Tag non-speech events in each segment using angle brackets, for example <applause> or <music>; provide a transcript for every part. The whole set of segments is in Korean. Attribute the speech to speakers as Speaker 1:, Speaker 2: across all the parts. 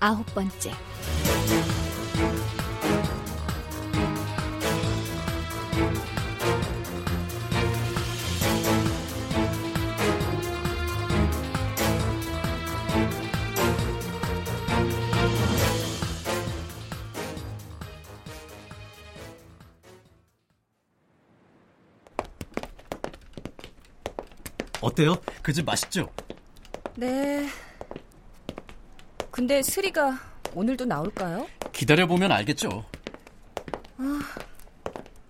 Speaker 1: 아홉 번째
Speaker 2: 어때요? 그 집 맛있죠?
Speaker 3: 네. 근데 수리가 오늘도 나올까요?
Speaker 2: 기다려보면 알겠죠.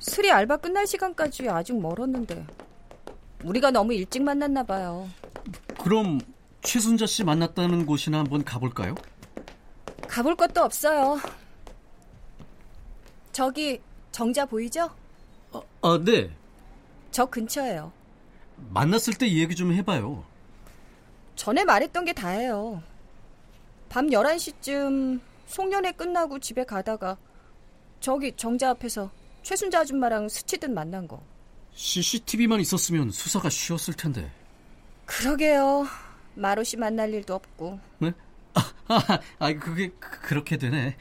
Speaker 3: 수리 알바 끝날 시간까지 아직 멀었는데. 우리가 너무 일찍 만났나 봐요.
Speaker 2: 그럼 최순자 씨 만났다는 곳이나 한번 가볼까요?
Speaker 3: 가볼 것도 없어요. 저기 정자 보이죠?
Speaker 2: 아, 아, 네.
Speaker 3: 저 근처예요.
Speaker 2: 만났을 때 얘기 좀 해봐요.
Speaker 3: 전에 말했던 게 다예요. 밤 11시쯤 송년회 끝나고 집에 가다가 저기 정자 앞에서 최순자 아줌마랑 스치듯 만난 거.
Speaker 2: CCTV만 있었으면 수사가 쉬웠을 텐데.
Speaker 3: 그러게요. 마로씨 만날 일도 없고.
Speaker 2: 네? 아, 아, 아, 그게 그- 그렇게 되네.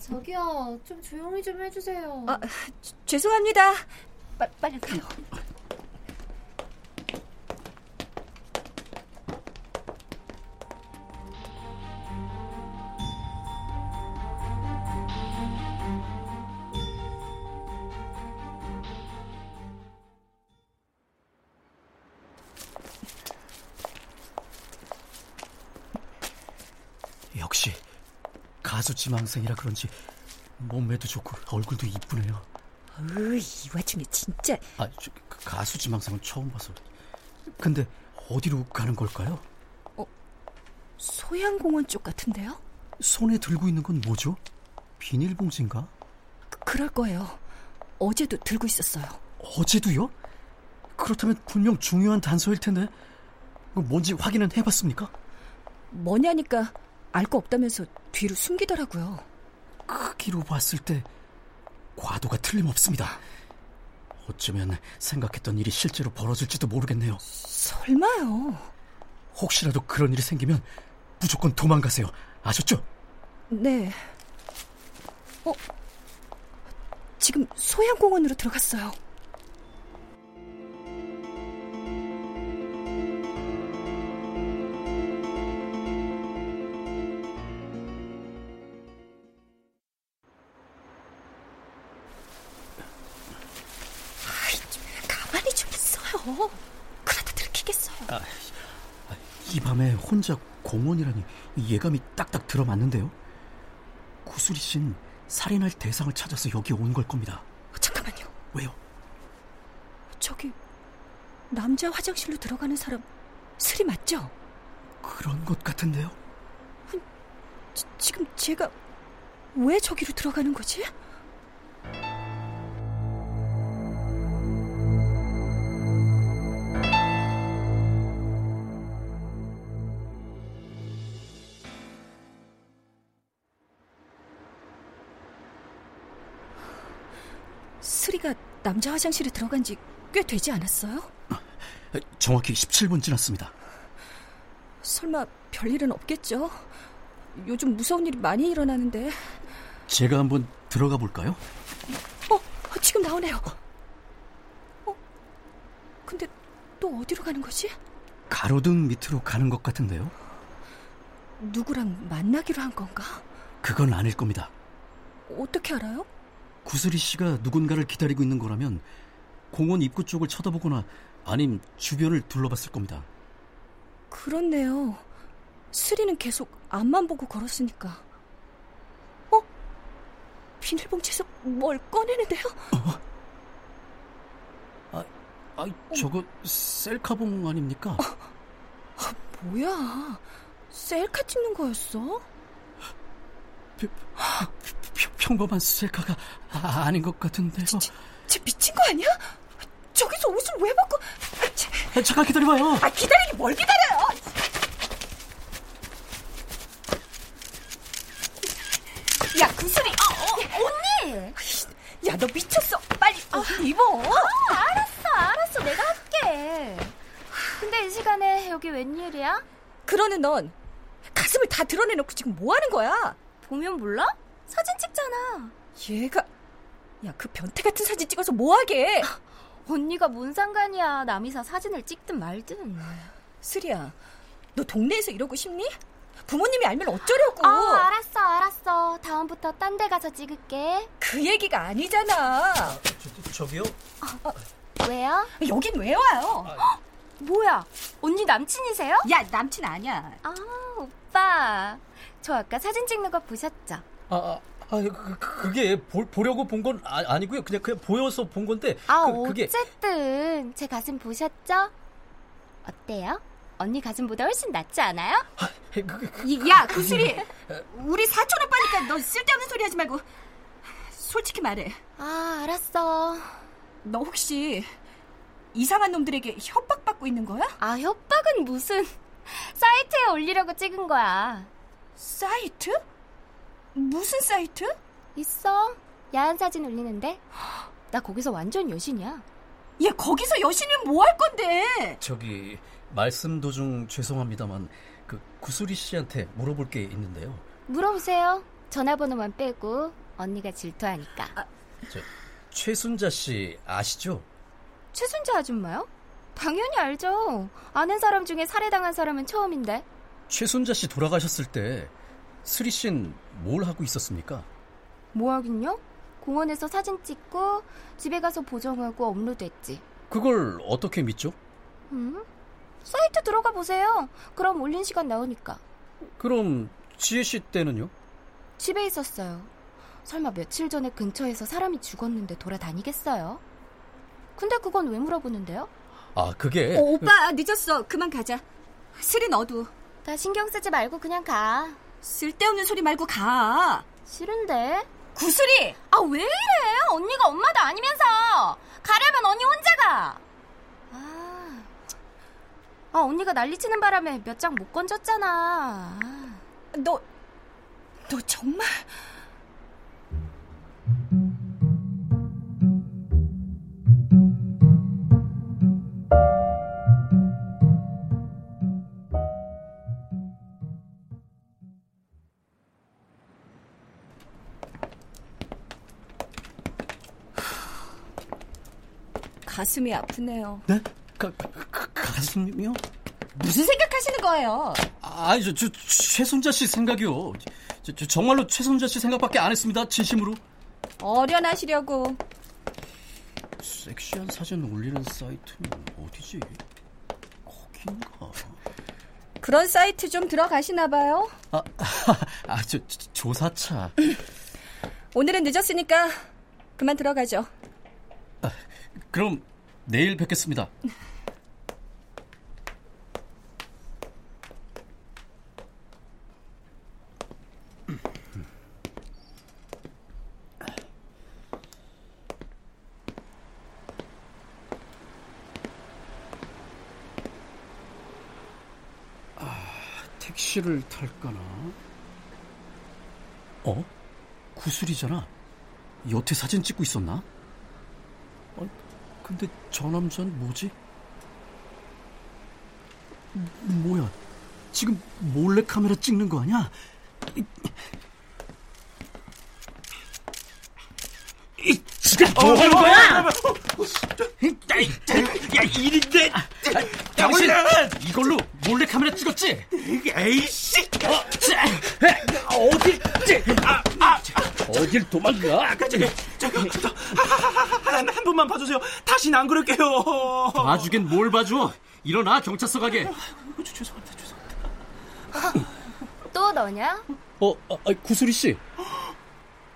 Speaker 4: 저기요, 좀 조용히 좀 해주세요.
Speaker 3: 아, 죄- 죄송합니다.
Speaker 4: 빨, 빨리 가요.
Speaker 2: 역시 가수 지망생이라 그런지 몸매도 좋고 얼굴도 이쁘네요.
Speaker 3: 으이, 이 와중에 진짜
Speaker 2: 아, 저, 그 가수 지망생은 처음 봐서. 근데 어디로 가는 걸까요?
Speaker 3: 소양공원 쪽 같은데요?
Speaker 2: 손에 들고 있는 건 뭐죠? 비닐봉지인가?
Speaker 3: 그- 그럴 거예요. 어제도 들고 있었어요.
Speaker 2: 어제도요? 그렇다면 분명 중요한 단서일 텐데 이거 뭔지 확인은 해봤습니까?
Speaker 3: 뭐냐니까 알 거 없다면서 뒤로 숨기더라고요.
Speaker 2: 크기로 봤을 때 과도가 틀림없습니다. 어쩌면 생각했던 일이 실제로 벌어질지도 모르겠네요.
Speaker 3: 설마요?
Speaker 2: 혹시라도 그런 일이 생기면 무조건 도망가세요. 아셨죠?
Speaker 3: 네. 어? 지금 소양공원으로 들어갔어요. 아이, 좀 가만히 좀 있어요. 그러다 들키겠어요.
Speaker 2: 이 밤에 혼자 공원이라니 예감이 딱딱 들어맞는데요. 구슬이 신 살인할 대상을 찾아서 여기 온 걸 겁니다.
Speaker 3: 잠깐만요.
Speaker 2: 왜요?
Speaker 3: 저기 남자 화장실로 들어가는 사람 슬이 맞죠?
Speaker 2: 그런 것 같은데요.
Speaker 3: 지- 지금 제가 왜 저기로 들어가는 거지? 스리가 남자 화장실에 들어간 지 꽤 되지 않았어요?
Speaker 2: 정확히 17분 지났습니다.
Speaker 3: 설마 별일은 없겠죠? 요즘 무서운 일이 많이 일어나는데.
Speaker 2: 제가 한번 들어가 볼까요?
Speaker 3: 어, 어, 지금 나오네요. 어? 근데 또 어디로 가는 거지?
Speaker 2: 가로등 밑으로 가는 것 같은데요.
Speaker 3: 누구랑 만나기로 한 건가?
Speaker 2: 그건 아닐 겁니다.
Speaker 3: 어떻게 알아요?
Speaker 2: 구슬이 씨가 누군가를 기다리고 있는 거라면 공원 입구 쪽을 쳐다보거나 아님 주변을 둘러봤을 겁니다.
Speaker 3: 그렇네요. 수리는 계속 앞만 보고 걸었으니까. 어? 비닐봉지에서 뭘 꺼내는데요?
Speaker 2: 아,
Speaker 5: 어.
Speaker 2: 저거 셀카봉 아닙니까?
Speaker 3: 뭐야? 셀카 찍는 거였어?
Speaker 2: 평- 평범한 셀카가 아, 아닌 것 같은데요.
Speaker 3: 쟤 미친 거 아니야? 저기서 옷을 왜 벗고? 아, 쟤-
Speaker 2: 아, 잠깐 기다려봐요.
Speaker 3: 아 기다리기 뭘 기다려요? 야 구슬이 어, 언니 아. 야 너 미쳤어 빨리 옷을 입어
Speaker 4: 알았어, 알았어. 내가 할게. 근데 이 시간에 여기 웬일이야?
Speaker 3: 그러는 넌 가슴을 다 드러내놓고 지금 뭐 하는 거야?
Speaker 4: 보면 몰라? 사진 찍잖아.
Speaker 3: 얘가 야 그 변태 같은 사진 찍어서 뭐 하게?
Speaker 4: 언니가 뭔 상관이야. 남이사 사진을 찍든 말든.
Speaker 3: 스리야 너 동네에서 이러고 싶니? 부모님이 알면 어쩌려고?
Speaker 4: 아, 알았어, 알았어. 다음부터 딴 데 가서 찍을게.
Speaker 3: 그 얘기가 아니잖아.
Speaker 2: 저, 기요
Speaker 4: 왜요?
Speaker 3: 여긴 왜 와요?
Speaker 4: 뭐야? 언니 남친이세요?
Speaker 3: 야 남친 아니야.
Speaker 4: 아, 오빠. 저 아까 사진 찍는 거 보셨죠?
Speaker 5: 아, 아, 아, 그, 그- 그게 보, 보려고 본 건 아, 니고요 그냥 그냥 보여서 본 건데.
Speaker 4: 아,
Speaker 5: 그, 그게
Speaker 4: 어쨌든 제 가슴 보셨죠? 어때요? 언니 가슴보다 훨씬 낫지 않아요?
Speaker 5: 그- 그-
Speaker 3: 야, 구슬이 우리 사촌 오빠니까 너 쓸데없는 소리 하지 말고 솔직히 말해.
Speaker 4: 아, 알았어.
Speaker 3: 너 혹시 이상한 놈들에게 협박받고 있는 거야?
Speaker 4: 아, 협박은 무슨 <laughs> 사이트에 올리려고 찍은 거야.
Speaker 3: 사이트? 무슨 사이트?
Speaker 4: 있어? 야한 사진 올리는데? <gasps> 나 거기서 완전 여신이야.
Speaker 3: 얘 거기서 여신이면 뭐 할 건데?
Speaker 5: 저기 말씀 도중 죄송합니다만 그 구수리 씨한테 물어볼 게 있는데요.
Speaker 4: 물어보세요. 전화번호만 빼고 언니가 질투하니까.
Speaker 5: 저 최순자 씨 아시죠?
Speaker 4: 최순자 아줌마요? 당연히 알죠. 아는 사람 중에 살해당한 사람은 처음인데.
Speaker 5: 최순자 씨 돌아가셨을 때 스리 씨는 뭘 하고 있었습니까?
Speaker 4: 뭐 하긴요? 공원에서 사진 찍고 집에 가서 보정하고 업로드했지.
Speaker 5: 그걸 어떻게 믿죠?
Speaker 4: 음? 사이트 들어가 보세요. 그럼 올린 시간 나오니까.
Speaker 5: 그럼 지혜 씨 때는요?
Speaker 4: 집에 있었어요. 설마 며칠 전에 근처에서 사람이 죽었는데 돌아다니겠어요? 근데 그건 왜 물어보는데요?
Speaker 5: 아 그게
Speaker 3: 어, 오빠 늦었어. 그만 가자. 슬이 너도
Speaker 4: 나 신경 쓰지 말고 그냥 가.
Speaker 3: 쓸데없는 소리 말고 가.
Speaker 4: 싫은데?
Speaker 3: 구슬이
Speaker 4: 아, 왜 이래? 언니가 엄마도 아니면서! 가려면 언니 혼자 가! 아, 아 언니가 난리치는 바람에 몇 장 못 건졌잖아. 아.
Speaker 3: 너 너 정말 가슴이 아프네요.
Speaker 2: 네? 가, 가- 가슴이요?
Speaker 3: 무슨 생각하시는 거예요?
Speaker 5: 아니 저, 저 최순자 씨 생각이요. 저, 저 정말로 최순자 씨 생각밖에 안 했습니다. 진심으로.
Speaker 3: 어련하시려고
Speaker 5: 섹시한 사진 올리는 사이트는 어디지? 거긴가?
Speaker 3: 그런 사이트 좀 들어가시나 봐요.
Speaker 5: 아, <laughs> 아, 저, 저 조사차.
Speaker 3: 오늘은 늦었으니까 그만 들어가죠.
Speaker 5: 그럼 내일 뵙겠습니다.
Speaker 2: 아, 택시를 탈까나? 어? 구슬이잖아. 여태 사진 찍고 있었나? 어, 근데 저 남자는 뭐지? 음, 뭐야? 지금 몰래 카메라 찍는 거 아니야? 이- 이 지가
Speaker 5: 어,
Speaker 2: 뭐 하는 거야?
Speaker 5: 야, 일인데! 당신! 이걸로 몰래카메라 찍었지?
Speaker 2: 에이씨! 어, 자, 어디? 아, 아,
Speaker 5: 어딜 도망가?
Speaker 2: 한, 한 번만 봐주세요. 다시는 안 그럴게요.
Speaker 5: 봐주긴 뭘 봐줘! 일어나, 경찰서 가게!
Speaker 2: 죄송합니다, 죄송합니다.
Speaker 4: 또 너냐?
Speaker 5: 어, 아, 아, 구수리 씨.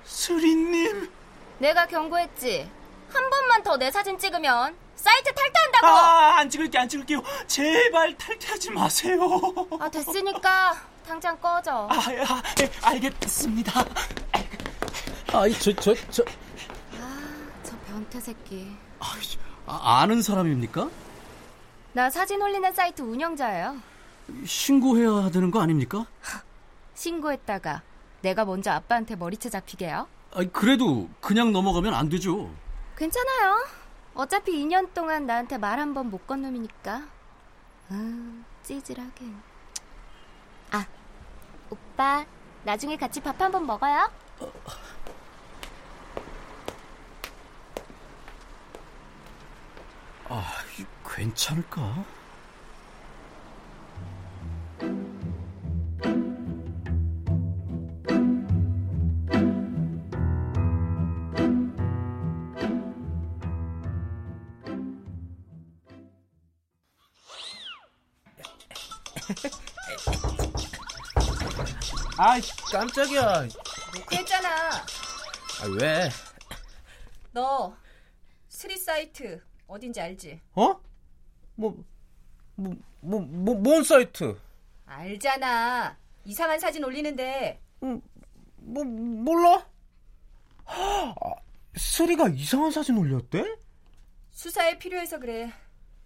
Speaker 2: 수리님.
Speaker 4: 내가 경고했지. 한 번만 더 내 사진 찍으면 사이트
Speaker 5: 아,
Speaker 4: 탈퇴한다고.
Speaker 5: 어.
Speaker 2: 아, 안 찍을게, 안 찍을게요. 제발 탈퇴하지 마세요.
Speaker 4: 아, 됐으니까 당장 꺼져.
Speaker 6: 아, 아,
Speaker 5: 예,
Speaker 6: 알겠습니다.
Speaker 5: 아이 저 저 저
Speaker 4: 아, 저 변태 새끼.
Speaker 5: 아, 아는 사람입니까?
Speaker 4: 나 사진 올리는 사이트 운영자예요.
Speaker 5: 신고해야 되는 거 아닙니까?
Speaker 4: 신고했다가 내가 먼저 아빠한테 머리채 잡히게요.
Speaker 5: 아 그래도 그냥 넘어가면 안 되죠.
Speaker 4: 괜찮아요. 어차피 2년 동안 나한테 말 한 번 못 건 놈이니까. 음, 찌질하긴. 아, 오빠, 나중에 같이 밥 한 번 먹어요.
Speaker 5: 괜찮을까?
Speaker 6: 아, 깜짝이야.
Speaker 3: 녹화했잖아.
Speaker 6: 아, 왜?
Speaker 3: 너 스리 사이트 어딘지 알지?
Speaker 6: 어? 뭐, 뭐, 뭐, 뭐, 뭔 사이트?
Speaker 3: 알잖아. 이상한 사진 올리는데
Speaker 6: 뭐, 몰라? 아, 스리가 이상한 사진 올렸대?
Speaker 3: 수사에 필요해서 그래.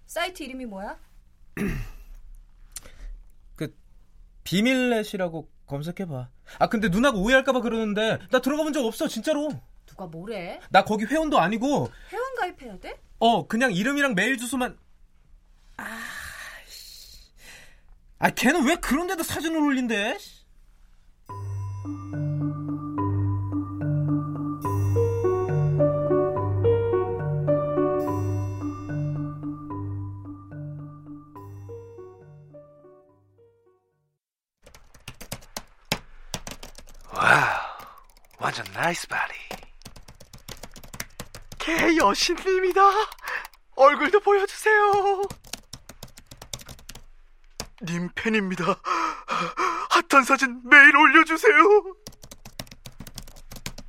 Speaker 3: 사이트 이름이 뭐야?
Speaker 6: 그, 비밀넷이라고 검색해봐. 아, 근데 누나가 오해할까봐 그러는데, 나 들어가 본 적 없어, 진짜로.
Speaker 3: 누가 뭐래?
Speaker 6: 나 거기 회원도 아니고,
Speaker 3: 회원 가입해야 돼?
Speaker 6: 어, 그냥 이름이랑 메일 주소만. 아, 씨. 아, 걔는 왜 그런 데다 사진을 올린대?
Speaker 7: 와우, 완전 나이스 바디. 개 여신님이다. 얼굴도 보여주세요. 님 팬입니다. 핫한 사진 매일 올려주세요.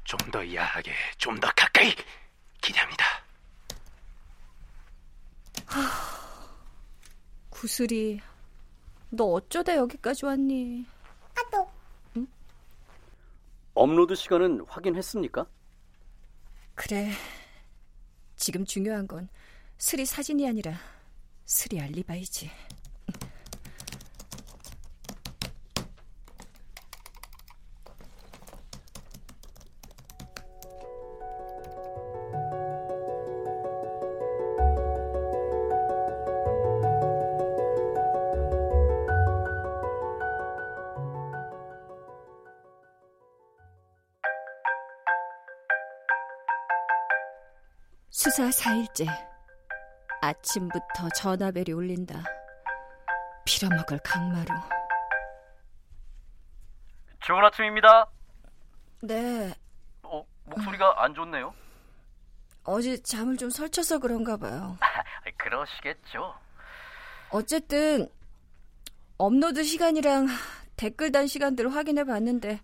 Speaker 7: 좀 더 야하게, 좀 더 가까이 기대합니다.
Speaker 3: 구슬이 너 어쩌다 여기까지 왔니?
Speaker 5: 업로드 시간은 확인했습니까?
Speaker 3: 그래. 지금 중요한 건 스리 사진이 아니라 스리 알리바이지. 수사 4일째. 아침부터 전화벨이 울린다. 빌어먹을 강마루.
Speaker 8: 좋은 아침입니다.
Speaker 3: 네,
Speaker 8: 어, 목소리가 안 좋네요.
Speaker 3: 어제 잠을 좀 설쳐서 그런가 봐요.
Speaker 8: <laughs> 아이, 그러시겠죠.
Speaker 3: 어쨌든 업로드 시간이랑 댓글 단 시간들을 확인해 봤는데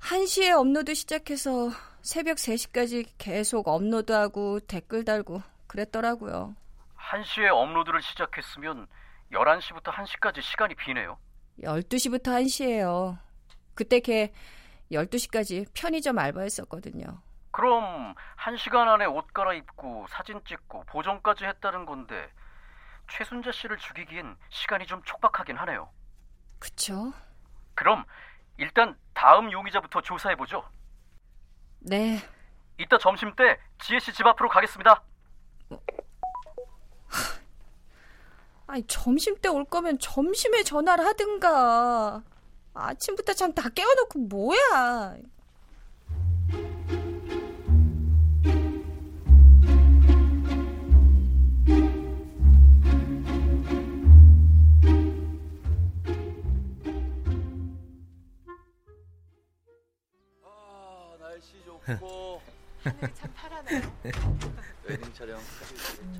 Speaker 3: 1시에 업로드 시작해서 새벽 3시까지 계속 업로드하고 댓글 달고 그랬더라고요.
Speaker 8: 1시에 업로드를 시작했으면 11시부터 1시까지 시간이 비네요.
Speaker 3: 12시부터 1시예요. 그때 걔 12시까지 편의점 알바했었거든요.
Speaker 8: 그럼 1시간 안에 옷 갈아입고 사진 찍고 보정까지 했다는 건데 최순자 씨를 죽이기엔 시간이 좀 촉박하긴 하네요.
Speaker 3: 그쵸?
Speaker 8: 그럼 일단 다음 용의자부터 조사해 보죠.
Speaker 3: 네.
Speaker 8: 이따 점심 때 지혜 씨 집 앞으로 가겠습니다.
Speaker 3: 아니 점심 때 올 거면 점심에 전화를 하든가. 아침부터 잠 다 깨워놓고 뭐야.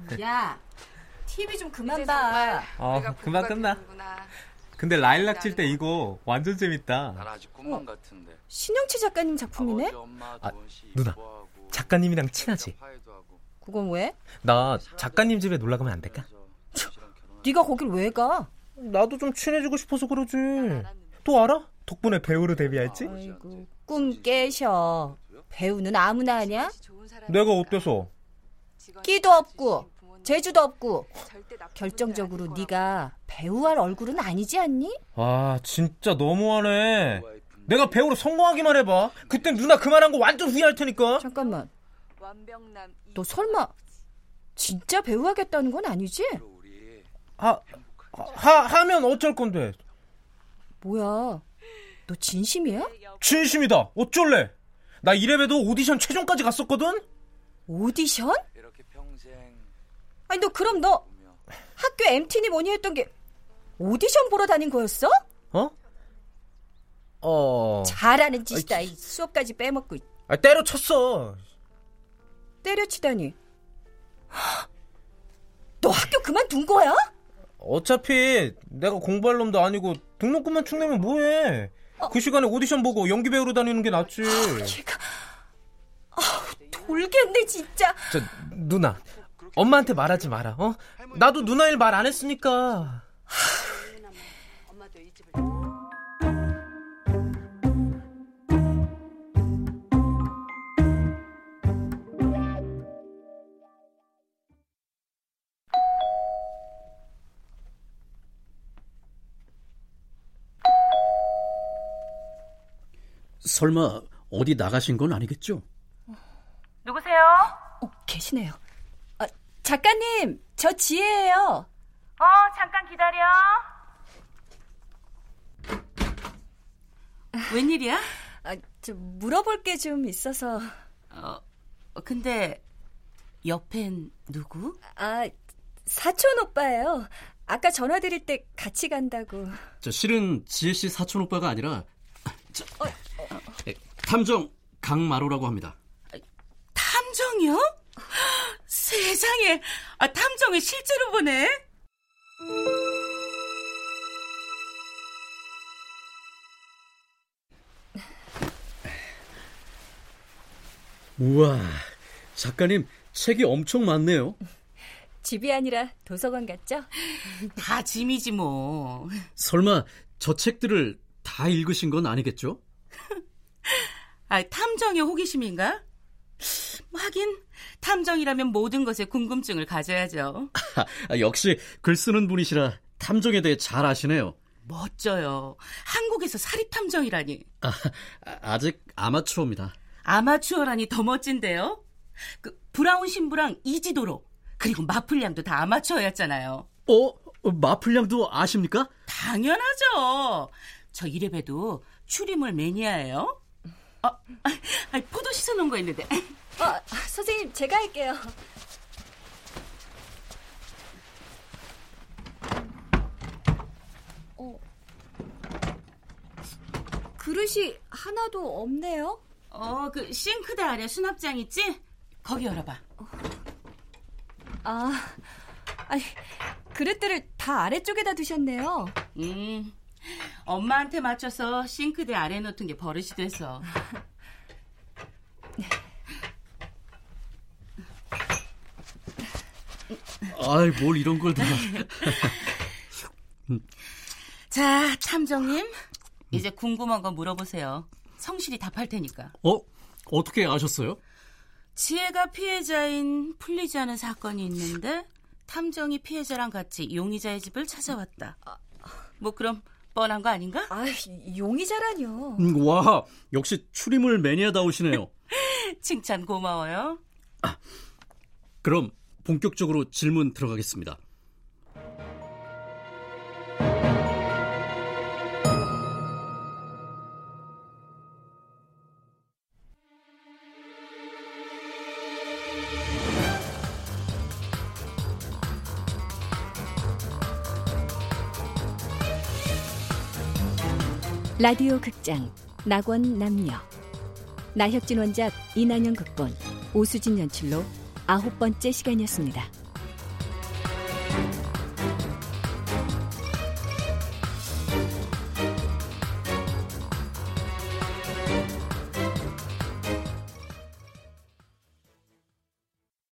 Speaker 3: 네. 야, TV 좀 그만 봐.
Speaker 6: 어, 금방 끝나. 근데 라일락 칠 때 이거 완전 재밌다.
Speaker 9: 아직 꿈만 같은데.
Speaker 3: 신영치 작가님 작품이네?
Speaker 9: 아버지, 엄마,
Speaker 6: 아,
Speaker 9: 도원 씨
Speaker 6: 누나.
Speaker 9: 좋아하고
Speaker 6: 작가님이랑 친하지?
Speaker 9: 화해도 하고.
Speaker 3: 그건 왜?
Speaker 6: 나 작가님 집에 놀러 가면 안 될까?
Speaker 9: 그래서
Speaker 3: 네가 거길 왜 가?
Speaker 6: 나도 좀 친해지고 싶어서 그러지. 또 알아? 덕분에 배우로 데뷔할지?
Speaker 3: 아이고, 꿈 깨셔. 배우는 아무나 하냐?
Speaker 6: 내가 어때서?
Speaker 3: 끼도 없고 재주도 없고 결정적으로 네가 배우할 얼굴은 아니지 않니?
Speaker 6: 아 진짜 너무하네. 내가 배우로 성공하기만 해봐. 그땐 누나 그만한 거 완전 후회할 테니까.
Speaker 3: 잠깐만. 너 설마 진짜 배우 하겠다는 건 아니지?
Speaker 6: 하, 하 하면 어쩔 건데.
Speaker 3: 뭐야? 너 진심이야?
Speaker 6: 진심이다. 어쩔래? 나 이래봬도 오디션 최종까지 갔었거든.
Speaker 3: 오디션? 아니 너 그럼 너 학교 MT니 뭐니 했던 게 오디션 보러 다닌 거였어?
Speaker 6: 어? 어.
Speaker 3: 잘하는 짓이다. 이 수업까지 빼먹고
Speaker 6: 아, 때려쳤어.
Speaker 3: 때려치다니. 너 학교 그만둔 거야?
Speaker 6: 어차피 내가 공부할 놈도 아니고 등록금만 축내면 뭐해? 그 시간에 오디션 보고 연기 배우러 다니는 게 낫지.
Speaker 3: 걔가 아우 돌겠네 진짜.
Speaker 6: 저 누나 엄마한테 말하지 마라. 어? 나도 누나 일 말 안 했으니까.
Speaker 10: 설마 어디 나가신 건 아니겠죠?
Speaker 11: 누구세요?
Speaker 3: 어 계시네요. 아, 작가님 저 지혜예요.
Speaker 11: 어, 잠깐 기다려.
Speaker 12: 웬일이야?
Speaker 3: 아, 저 물어볼 게 좀 있어서.
Speaker 12: 어, 근데 옆엔 누구?
Speaker 3: 아 사촌 오빠예요. 아까 전화 드릴 때 같이 간다고.
Speaker 2: 저 실은 지혜 씨 사촌 오빠가 아니라 저, 예, 탐정 강마로라고 합니다.
Speaker 12: 탐정이요? 세상에, 아, 탐정을 실제로 보네?
Speaker 2: 우와 작가님 책이 엄청 많네요.
Speaker 3: 집이 아니라 도서관 갔죠? 어,
Speaker 12: 다 짐이지 뭐.
Speaker 2: 설마 저 책들을 다 읽으신 건 아니겠죠?
Speaker 12: 아, 탐정의 호기심인가? 뭐 하긴 탐정이라면 모든 것에 궁금증을 가져야죠.
Speaker 2: 아, 역시 글 쓰는 분이시라 탐정에 대해 잘 아시네요.
Speaker 12: 멋져요. 한국에서 사립탐정이라니.
Speaker 2: 아, 아직 아마추어입니다.
Speaker 12: 아마추어라니 더 멋진데요? 그 브라운 신부랑 이지도로 그리고 마플량도 다 아마추어였잖아요.
Speaker 2: 어? 마플량도 아십니까?
Speaker 12: 당연하죠. 저 이래봬도 추리물 매니아예요. 아, 아, <laughs> 아, 포도 씻어놓은 거 있는데.
Speaker 3: 아, 선생님 제가 할게요. 어. 그릇이 하나도 없네요.
Speaker 12: 어, 그 싱크대 아래 수납장 있지? 거기 열어봐.
Speaker 3: 아, 아니 그릇들을 다 아래쪽에다 두셨네요.
Speaker 12: 음, 엄마한테 맞춰서 싱크대 아래 놓던 게 버릇이 돼서.
Speaker 2: 아이 뭘 이런 걸 다.
Speaker 12: 자, 탐정님. 이제 궁금한 거 물어보세요. 성실히 답할 테니까.
Speaker 2: 어? 어떻게 아셨어요?
Speaker 12: 지혜가 피해자인 풀리지 않은 사건이 있는데 탐정이 피해자랑 같이 용의자의 집을 찾아왔다. 뭐 그럼 뻔한 거 아닌가?
Speaker 3: 아, 용의자라뇨.
Speaker 2: 음, 와 역시 추리물 매니아다우시네요.
Speaker 12: 칭찬 고마워요.
Speaker 2: 그럼 본격적으로 질문 들어가겠습니다.
Speaker 13: 라디오 극장 낙원 남녀 나혁진 원작 이난영 극본 오수진 연출로 아홉 번째 시간이었습니다.